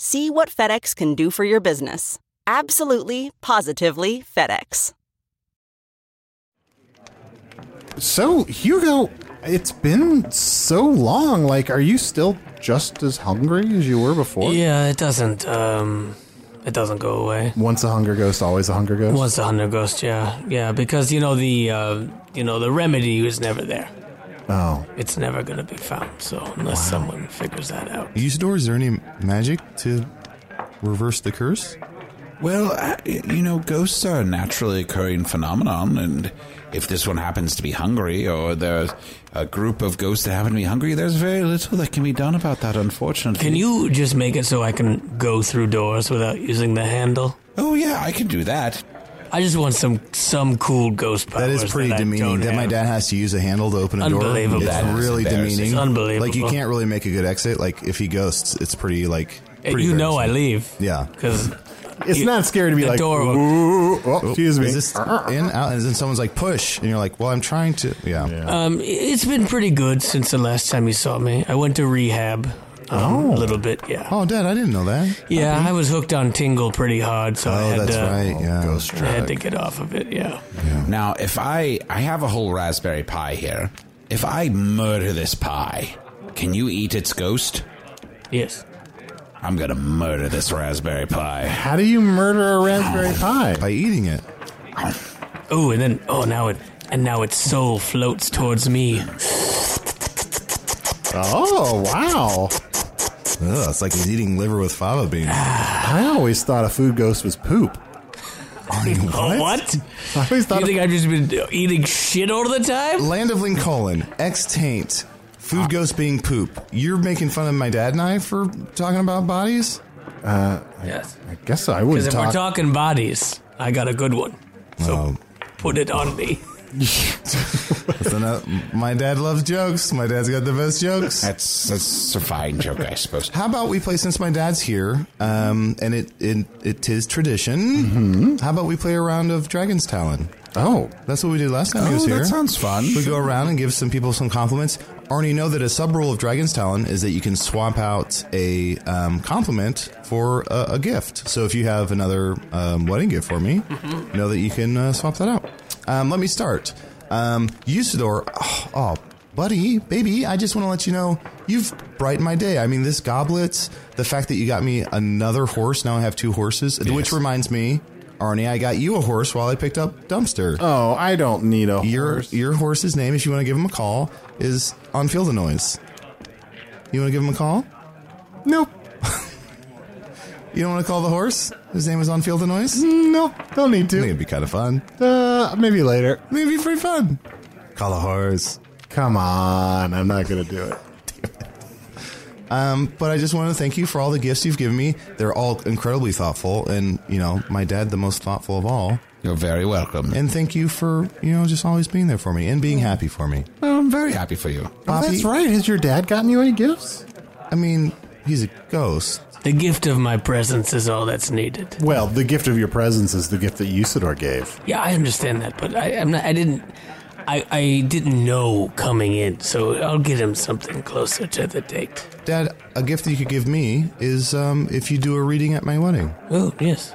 S4: See what FedEx can do for your business. Absolutely, positively FedEx.
S8: So, Hugo, it's been so long. Like, are you still just as hungry as you were before?
S7: Yeah, it doesn't. Um, it doesn't go away.
S8: Once a hunger ghost, always a hunger ghost.
S7: Once the hunter ghost, yeah, yeah, because you know the uh, you know the remedy is never there.
S8: Oh.
S7: It's never gonna be found. So unless someone figures that out,
S5: Usador, is there any magic to reverse the curse?
S6: Well, uh, you know, ghosts are a naturally occurring phenomenon, and if this one happens to be hungry, or there's a group of ghosts that happen to be hungry, there's very little that can be done about that, unfortunately.
S7: can you just make it so I can go through doors without using the handle?
S6: Oh, yeah, I can do that.
S7: I just want some some cool ghost powers.
S5: That is pretty
S7: I
S5: demeaning.
S7: don't
S5: That my
S7: have.
S5: dad has to use a handle to open a door.
S7: Unbelievable.
S5: It's
S6: That is
S5: really
S6: embarrassing.
S5: demeaning.
S7: It's unbelievable.
S5: Like you can't really make a good exit. Like if he ghosts, it's pretty like.
S7: Uh,
S5: pretty
S7: You know I
S5: embarrassing.
S7: leave.
S5: Yeah.
S7: Because
S8: It's
S7: You-
S8: not scary to be
S7: the
S8: like,
S7: door will-
S8: "Ooh, oh,
S5: Oh,
S8: excuse me.
S5: Is this in out? And then someone's like push, and you're like, well, I'm trying to. Yeah.
S7: um, it's been pretty good since the last time you saw me. I went to rehab. Um, A little bit, yeah.
S5: Oh, Dad, I didn't know that.
S7: Yeah, I was hooked on Tingle pretty hard, so I
S5: Oh,
S7: had
S5: that's
S7: to
S5: right. Yeah.
S8: ghost
S7: I had to get off of it. Yeah.
S6: Now, if I I have a whole raspberry pie here, if I murder this pie, can you eat its ghost?
S7: Yes.
S6: I'm gonna murder this raspberry pie.
S8: How do you murder a raspberry pie?
S5: By eating it.
S7: Oh, and then oh, now it and now its soul floats towards me.
S8: Oh, wow.
S5: Ugh, it's like he's eating liver with fava beans.
S8: I always thought a food ghost was poop.
S5: Arnie,
S7: Oh,
S5: what?
S7: what?
S8: I always thought
S7: You think I've just been eating shit all the time?
S5: Land of Lincoln, ex taint, food
S7: Ah.
S5: ghost being poop. You're making fun of my dad and I for talking about bodies?
S7: Yes.
S8: I guess I
S7: Because
S8: wouldn't
S7: if we're
S8: talk.
S7: talking bodies, I got a good one. So
S5: Um,
S7: put it on me.
S5: that's enough. uh, my dad loves jokes. My dad's got the best jokes.
S6: That's that's a fine joke, I suppose.
S5: How about we play since my dad's here, um, and it it it is tradition. How about we play a round of Dragon's Talon?
S8: oh,
S5: That's what we did last time he
S6: Mm-hmm. Oh,
S5: was
S6: that
S5: here.
S6: sounds fun.
S5: We go around and give some people some compliments. Arnie, know that a sub rule of Dragon's Talon is that you can swap out a um, compliment for a, a gift. So if you have another um, wedding gift for me, know that you can uh, swap that out. Um, let me start. Um, Usador, oh, oh, buddy, baby, I just want to let you know you've brightened my day. I mean, this goblet, the fact that you got me another horse, now I have two horses, which reminds me, Arnie, I got you a horse while I picked up Dumpster
S4: Oh, I don't need a
S5: your
S4: horse.
S5: your horse's name, if you want to give him a call, is on field of noise. You want to give him a call?
S4: Nope.
S5: You don't want to call the horse? His name is on field of noise. I
S4: Nope. Don't need
S5: think
S4: to.
S5: it'd be kind of fun.
S4: Mm-hmm. Uh, maybe later.
S5: Maybe it'd be pretty fun. Call a horse.
S4: Come on. I'm not going to do it.
S5: Um, but I just want to thank you for all the gifts you've given me. They're all incredibly thoughtful, and you know, my dad, the most thoughtful of all.
S6: You're very welcome.
S5: And thank you for you know just always being there for me and being happy for me.
S6: I'm very happy for you.
S4: Oh,
S5: Poppy-
S4: that's right. Has your dad gotten you any gifts?
S5: I mean, he's a ghost.
S7: The gift of my presence is all that's needed.
S4: Well, the gift of your presence is the gift that Usador gave.
S7: Yeah, I understand that, but I, I'm not. I didn't. I, I didn't know coming in, so I'll get him something closer to the date.
S5: Dad, a gift that you could give me is um, if you do a reading at my wedding.
S7: Oh yes,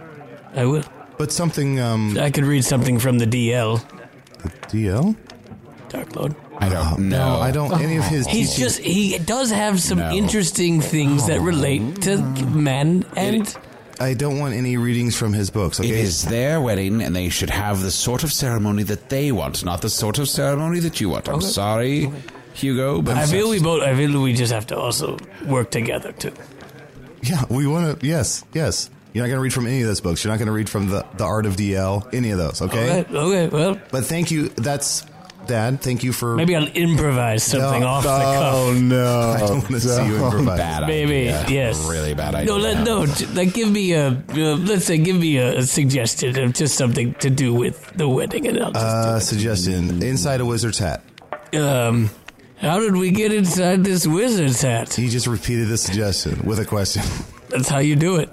S7: I will.
S5: But something, um,
S7: I could read something from the DL,
S5: DL?
S7: Dark Lord.
S6: I don't know.
S5: No, I don't. Any
S6: Oh.
S5: of his
S7: He's
S5: teaching.
S7: just he does have some
S6: No.
S7: interesting things that relate to men and
S5: I don't want any readings from his books. Okay,
S6: It is their wedding, and they should have the sort of ceremony that they want, not the sort of ceremony that you want. I'm sorry, Hugo, but
S7: I feel we both I feel we just have to also work together too.
S5: yeah, we want to. Yes, yes. You're not going to read from any of those books. You're not going to read from the the Art of DL. Any of those. Okay.
S7: Okay, okay well
S5: But thank you. That's Dad. Thank you for.
S7: maybe I'll improvise something
S5: No,
S7: off the cuff.
S4: Oh, no.
S5: I don't want to see
S6: Oh.
S5: you improvise.
S6: bad
S7: Maybe
S6: idea.
S7: yes,
S6: really bad idea.
S7: No, let, no, t- like give me a uh, let's say give me a, a suggestion of just something to do with the wedding, and I'll just.
S5: Uh, suggestion inside a wizard's hat.
S7: um, how did we get inside this wizard's hat?
S5: He just repeated the suggestion with a question.
S7: That's how you do it.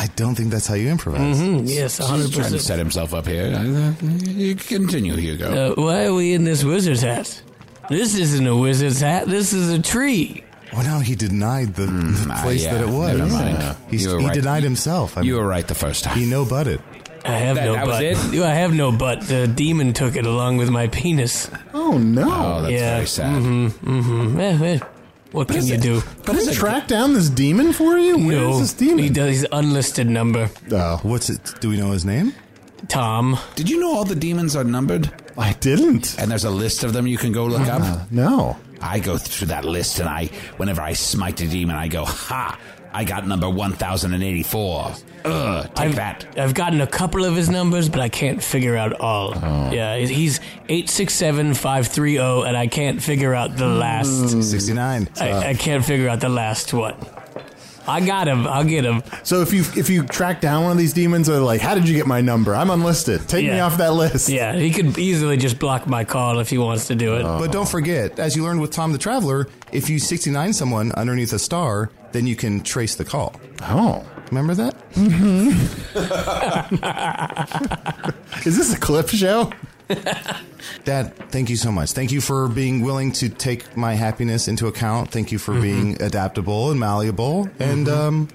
S5: I don't think that's how you improvise.
S6: He's
S7: Yes, hundred
S6: Hmm, trying to
S7: percent.
S6: set himself up here. Uh, you Continue, Hugo.
S7: Uh, why are we in this wizard's hat? This isn't a wizard's hat. This is a tree.
S5: Well, no, he denied the, the
S6: Mm-hmm. ah,
S5: place
S6: yeah,
S5: that it was.
S6: never mind.
S5: He's,
S6: You were
S5: he
S6: right.
S5: denied himself. I
S6: you
S5: mean,
S6: were right the first time.
S5: he no butted.
S7: I have
S6: That-
S7: no
S6: that was
S7: butt.
S6: it?
S7: I have no butt. The demon took it along with my penis.
S4: Oh, no.
S6: oh, that's
S7: yeah.
S6: very sad.
S7: Mm-hmm. Eh, eh. What can
S6: is
S7: you
S6: it?
S7: do?
S4: Can we track down this demon for you? Where is
S7: no,
S4: this demon?
S7: he does. He's unlisted number.
S4: Oh,
S5: uh, What's it? Do we know his name?
S7: Tom.
S6: Did you know all the demons are numbered?
S4: I didn't.
S6: And there's a list of them you can go look
S5: Uh-huh.
S6: up.
S4: No.
S6: I go through that list, and I, whenever I smite a demon, I go, "Ha! I got number one thousand and eighty-four. Ugh, take
S7: I've,
S6: that."
S7: I've gotten a couple of his numbers, but I can't figure out all.
S4: Oh.
S7: Yeah, he's eight six seven five three zero, and I can't figure out the
S4: Mm.
S7: last.
S5: 69.
S4: Uh.
S7: I, I can't figure out the last one. I got him. I'll get him.
S4: So if you if you track down one of these demons, they're like, "How did you get my number? I'm unlisted. Take me
S7: Yeah.
S4: off that list."
S7: Yeah, he could easily just block my call if he wants to do it.
S4: Oh.
S5: But don't forget, as you learned with Tom the Traveler, if you 69 someone underneath a star, then you can trace the call.
S4: Oh,
S5: Remember that?
S4: Mm-hmm. is this a clip show?
S5: Dad, thank you so much. Thank you for being willing to take my happiness into account. Thank you for
S4: Mm-hmm.
S5: being adaptable and malleable. And um,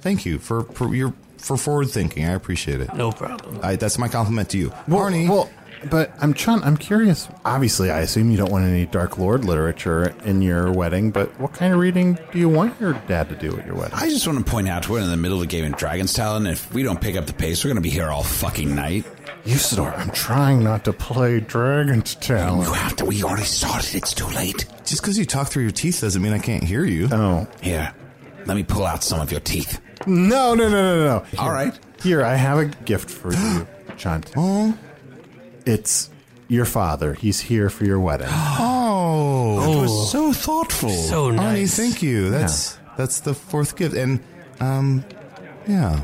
S5: thank you for, for your for forward thinking. I appreciate it.
S7: no problem.
S5: I, that's my compliment to you. Arnie,
S4: Well, but I'm trying. I'm curious. Obviously, I assume you don't want any Dark Lord literature in your wedding. But what kind of reading do you want your dad to do at your wedding?
S6: I just want to point out we're in the middle of a game in Dragon's Talon, and if we don't pick up the pace, we're going to be here all fucking night.
S4: Usador, I'm trying not to play Dragon's
S6: You
S4: Talon.
S6: have to. We already started. It's too late.
S5: just because you talk through your teeth doesn't mean I can't hear you.
S4: Oh
S6: Here, let me pull out some of your teeth.
S4: no, no, no, no, no!
S6: All right.
S4: Here, I have a gift for you, Chant. It's your father. He's here for your wedding.
S5: Oh,
S6: It was so thoughtful.
S4: Oh.
S7: So
S5: Arnie,
S7: nice.
S5: thank you. That's that's the fourth gift, and um, yeah.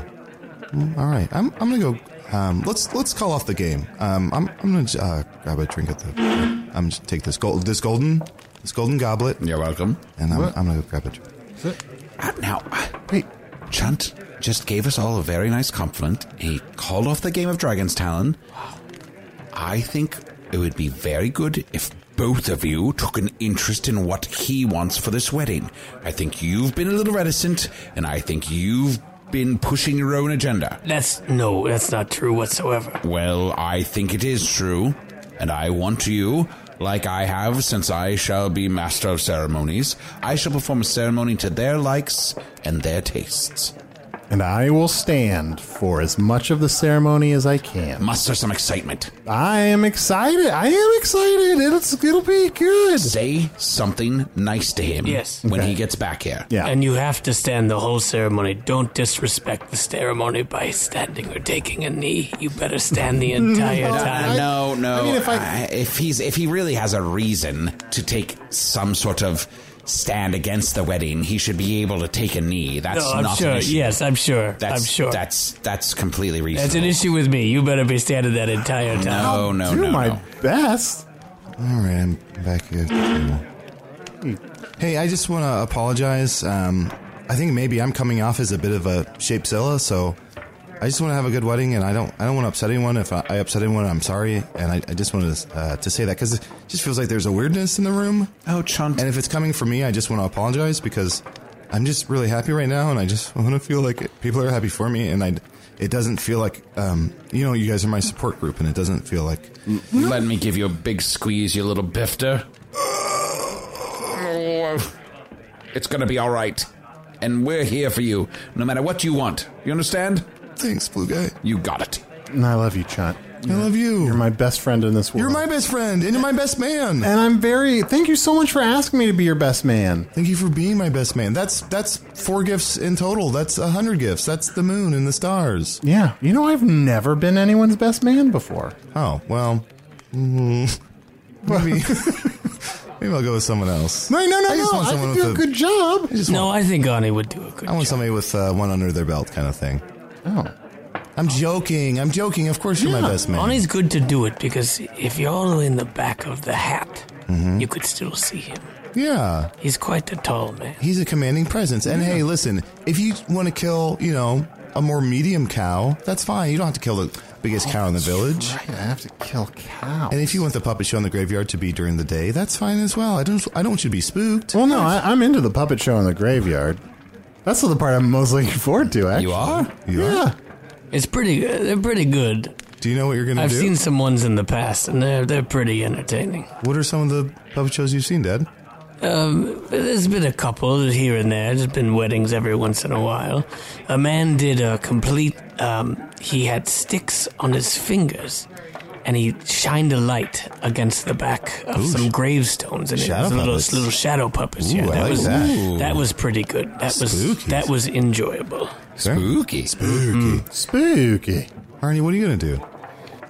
S5: Mm, All right, I'm I'm gonna go. Um, let's let's call off the game. Um, I'm I'm gonna j- uh, grab a drink at the. I'm just take this gold this golden this golden goblet,
S6: You're welcome.
S5: and I'm, I'm gonna go grab a drink.
S6: Uh, Now, uh,
S4: Wait,
S6: Chunt just gave us all a very nice compliment. He called off the game of Dragon's Talon. I think it would be very good if both of you took an interest in what he wants for this wedding. I think you've been a little reticent, and I think you've been pushing your own agenda.
S7: That's no, that's not true whatsoever.
S6: Well, I think it is true, and I want you, like I have since I shall be master of ceremonies, I shall perform a ceremony to their likes and their tastes.
S4: And I will stand for as much of the ceremony as I can.
S6: Muster some excitement.
S4: I am excited. I am excited. It's, it'll be good.
S6: Say something nice to him
S7: Yes.
S6: when he gets back here.
S4: Yeah.
S7: And you have to stand the whole ceremony. Don't disrespect the ceremony by standing or taking a knee. You better stand the entire
S4: No,
S7: time.
S4: I-
S6: no, no.
S4: I mean, if I-
S6: if he's if he really has a reason to take some sort of stand against the wedding, he should be able to take a knee. That's
S7: no, I'm
S6: not an
S7: sure.
S6: issue.
S7: Yes, I'm sure.
S6: that's,
S7: I'm sure.
S6: That's that's completely
S7: That's
S6: reasonable.
S7: an issue with me. You better be standing that entire time.
S6: No, no,
S4: Do
S6: no,
S4: my
S6: no.
S4: best.
S5: All right, I'm back at the table. Hey, I just want to apologize. Um, I think maybe I'm coming off as a bit of a shapezilla, so I just want to have a good wedding, and I don't, I don't want to upset anyone. If I, I upset anyone, I'm sorry, and I, I just wanted to, uh, to say that because it just feels like there's a weirdness in the room,
S6: Oh, Chunt.
S5: and if it's coming from me, I just want to apologize because I'm just really happy right now, and I just want to feel like it, people are happy for me, and I, it doesn't feel like, um, you know, you guys are my support group, and it doesn't feel like
S6: Let me give you a big squeeze, you little bifter. It's gonna be all right, and we're here for you, no matter what you want. You understand?
S5: thanks, blue guy.
S6: You got it.
S4: And I love you, Chunt.
S5: I love you.
S4: You're my best friend in this world.
S5: You're my best friend, and you're my best man.
S4: And I'm very. Thank you so much for asking me to be your best man.
S5: Thank you for being my best man. That's that's four gifts in total. That's a hundred gifts. That's the moon and the stars.
S4: Yeah. You know, I've never been anyone's best man before.
S5: Oh well, mm, maybe maybe I'll go with someone else.
S4: No, no, no,
S5: I just
S4: no.
S5: want
S4: I
S5: someone
S4: think you do a
S5: with a-
S4: good job.
S5: I just
S7: No,
S5: want,
S7: I think Ani would do a good
S5: I want
S7: job.
S5: somebody with uh, one under their belt, kind of thing.
S4: Oh.
S5: I'm joking. I'm joking. Of course, you're my best man.
S7: Ani's good to do it because if you're in the back of the hat,
S6: Mm-hmm.
S7: you could still see him.
S5: yeah,
S7: He's quite the tall man.
S5: he's a commanding presence. And hey, listen, if you want to kill, you know, a more medium cow, that's fine. You don't have to kill the biggest cow in the village.
S4: Right, I have to kill cows.
S5: And if you want the puppet show in the graveyard to be during the day, that's fine as well. I don't. I don't want you to be spooked.
S4: Well, no, I, I'm into the puppet show in the graveyard. That's the part I'm most looking forward to. Actually,
S6: You are?
S5: You are?
S4: yeah.
S7: It's pretty. Uh, they're pretty good.
S5: Do you know what you're going to
S7: I've
S5: do?
S7: seen some ones in the past, and they're they're pretty entertaining.
S5: what are some of the puppet shows you've seen, Dad?
S7: Um, there's been a couple here and there. There's been weddings every once in a while. A man did a complete. Um, he had sticks on his fingers, and he shined a light against the back of some gravestones, and
S5: Shadow
S7: it was
S5: puppets.
S7: little little shadow puppets.
S5: Ooh,
S7: yeah,
S5: I like
S7: was
S5: that.
S7: was pretty good. That was
S5: Spooky.
S7: that was enjoyable.
S6: Spooky.
S5: Spooky.
S4: Spooky.
S5: Arnie, what are you going to do?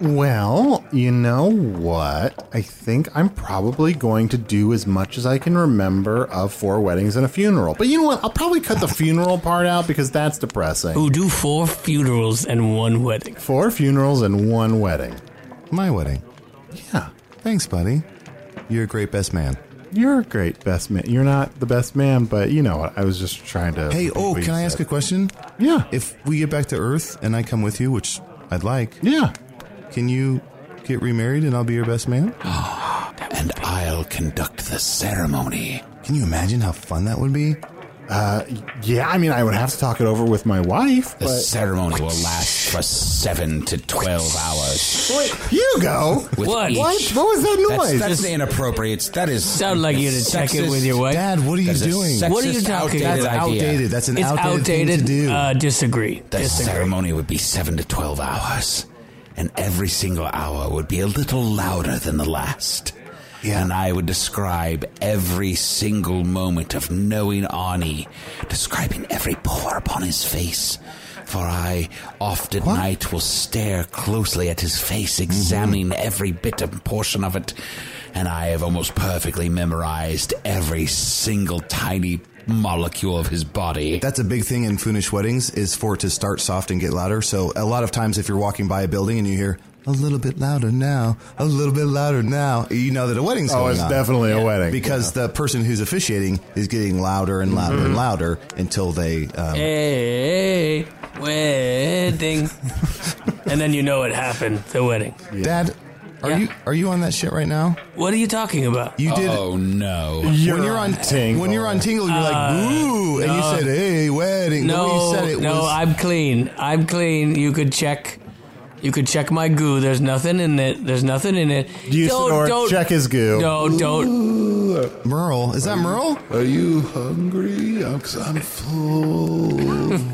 S4: Well, you know what? I think I'm probably going to do as much as I can remember of four weddings and a funeral. But you know what? I'll probably cut the funeral part out because that's depressing.
S7: Who do four funerals and one wedding?
S4: Four funerals and one wedding.
S5: My wedding.
S4: Yeah.
S5: Thanks, buddy. You're a great best man.
S4: You're a great best man. You're not the best man, but you know what? I was just trying to.
S5: Hey, oh, can I ask a question?
S4: Yeah.
S5: If we get back to Earth and I come with you, which I'd like,
S4: yeah.
S5: can you get remarried and I'll be your best man?
S6: And I'll conduct the ceremony.
S5: Can you imagine how fun that would be?
S4: Yeah, I mean, I would have to talk it over with my wife.
S6: The ceremony will last for seven to twelve hours.
S4: Wait, Hugo!
S6: With
S7: What?
S6: each-
S4: What? What was that
S6: That's,
S4: noise?
S6: that's inappropriate. That is
S7: Sound like you to check it with your wife.
S5: Dad, what are you
S6: That's a
S5: doing?
S6: sexist,
S7: What are you talking
S6: outdated
S5: That's
S7: about?
S6: idea.
S5: outdated. That's an
S7: It's
S5: outdated, thing to do.
S7: Uh, disagree.
S6: The
S7: disagree.
S6: ceremony would be seven to twelve hours, and every single hour would be a little louder than the last.
S5: Yeah.
S6: And I would describe every single moment of knowing Arnie, describing every pore upon his face. For I oft at night will stare closely at his face, examining
S5: Mm-hmm.
S6: every bit and portion of it, and I have almost perfectly memorized every single tiny molecule of his body.
S5: That's a big thing in Foonish weddings is for it to start soft and get louder. So a lot of times if you're walking by a building and you hear a little bit louder now, a little bit louder now, you know that a wedding's
S4: oh,
S5: going
S4: it's
S5: on.
S4: definitely a wedding.
S5: because the person who's officiating is getting louder and louder
S4: Mm-hmm.
S5: and louder until they. Um,
S7: Hey, wedding. and then you know it happened, the wedding.
S5: Dad, Are you are you on that shit right now?
S7: What are you talking about?
S5: You did
S6: Oh no.
S5: when you're on
S4: Tingle. Uh,
S5: When you're on Tingle, you're like woo, and you said hey wedding. The way
S7: No,
S5: you said it
S7: no,
S5: was,
S7: I'm clean. I'm clean. You could check. You could check my goo. There's nothing in it. There's nothing in it.
S4: Use Sonora, check his goo.
S7: No, don't.
S5: Merle. Is that Merle?
S10: Are you hungry? I'm, 'cause I'm full.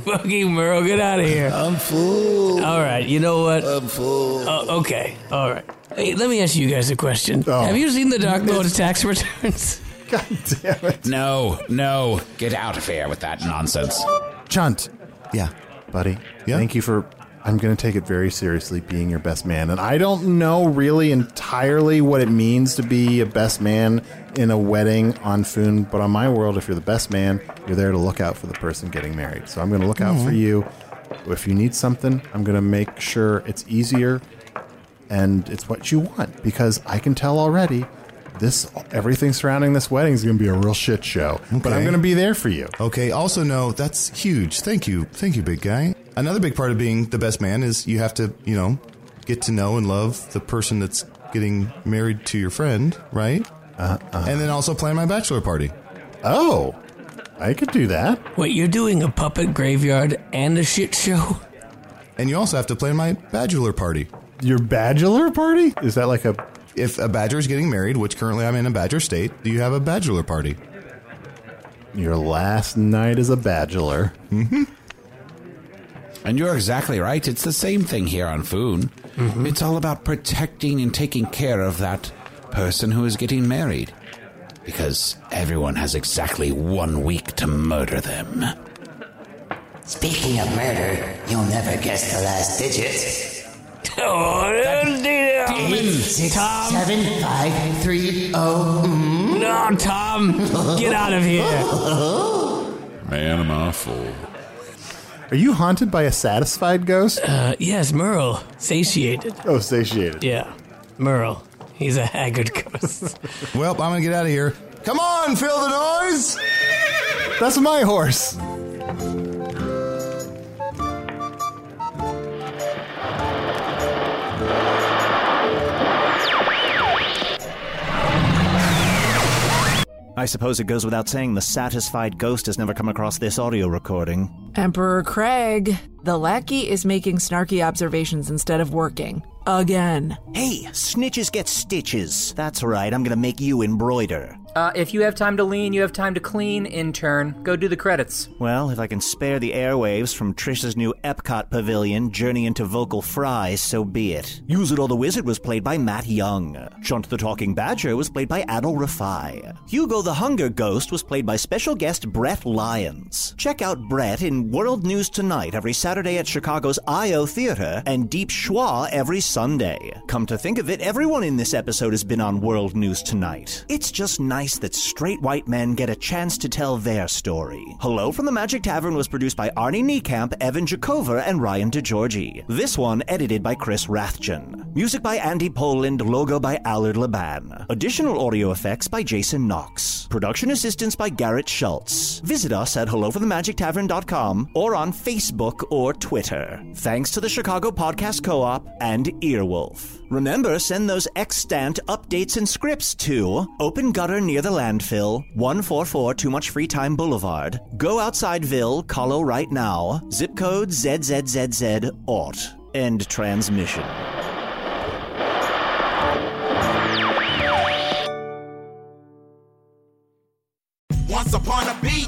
S7: Fucking Merle, get out of here.
S10: I'm full.
S7: All right, you know what?
S10: I'm full.
S7: Oh, okay, all right. Hey, let me ask you guys a question.
S4: Oh.
S7: Have you seen the Dark Lord tax returns?
S4: God damn it.
S6: No, no. Get out of here with that nonsense.
S4: Chunt,
S5: Yeah.
S4: buddy.
S5: Yeah?
S4: Thank you for. I'm going to take it very seriously being your best man. And I don't know really entirely what it means to be a best man in a wedding on Foon, but on my world, if you're the best man, you're there to look out for the person getting married. So I'm going to look out for you. If you need something, I'm going to make sure it's easier and it's what you want because I can tell already this everything surrounding this wedding is going to be a real shit show. But I'm
S5: Okay.
S4: going to be there for you.
S5: Okay. Also, no, that's huge. Thank you. Thank you, big guy. Another big part of being the best man is you have to, you know, get to know and love the person that's getting married to your friend, right? Uh-uh. And then also plan my bachelor party.
S4: Oh, I could do that.
S7: Wait, you're doing a puppet graveyard and a shit show?
S5: And you also have to plan my bachelor party.
S4: Your bachelor party? Is that like a
S5: If a badger is getting married, which currently I'm in a badger state, do you have a bachelor party?
S4: your last night as a bachelor?
S6: And you're exactly right. It's the same thing here on Foon. It's all about protecting and taking care of that person who is getting married. Because everyone has exactly one week to murder them.
S11: Speaking of murder, you'll never guess the last digit.
S7: Oh, dear.
S11: Six,
S7: Tom.
S11: seven, five, three, oh. mm.
S7: No, Tom, get out of here.
S10: Man, am I full.
S4: Are you haunted by a satisfied ghost?
S7: Uh, yes, Merle, satiated.
S4: Oh, satiated.
S7: Yeah, Merle. He's a haggard ghost.
S5: Well, I'm going to get out of here. Come on, fill the noise!
S4: That's my horse.
S9: I suppose it goes without saying the satisfied ghost has never come across this audio recording.
S2: Emperor Craig, the lackey is making snarky observations instead of working. Again.
S9: Hey, snitches get stitches. That's right, I'm gonna make you embroider.
S3: Uh, if you have time to lean, you have time to clean, intern. Go do the credits.
S9: Well, if I can spare the airwaves from Trish's new Epcot pavilion, Journey into Vocal Fry, so be it. Use It All the Wizard was played by Matt Young. Chunt the Talking Badger was played by Adol Rafai. Hugo the Hunger Ghost was played by special guest Brett Lyons. Check out Brett in World News Tonight every Saturday at Chicago's I.O. Theater and Deep Schwa every Sunday. Come to think of it, everyone in this episode has been on World News Tonight. It's just nice that straight white men get a chance to tell their story. Hello from the Magic Tavern was produced by Arnie Niekamp, Evan Jakova, and Ryan DeGiorgi. This one edited by Chris Rathjen. Music by Andy Poland, logo by Allard Laban. Additional audio effects by Jason Knox. Production assistance by Garrett Schultz. Visit us at hellofromthemagictavern.com or on Facebook or Twitter. Thanks to the Chicago Podcast Co-op and Earwolf. Remember, send those extant updates and scripts to Open Gutter Near the Landfill, 144 Too Much Free Time Boulevard, Go Outsideville, Colo Right Now, zip code ZZZZ Ort. End transmission.
S10: Once upon a beat.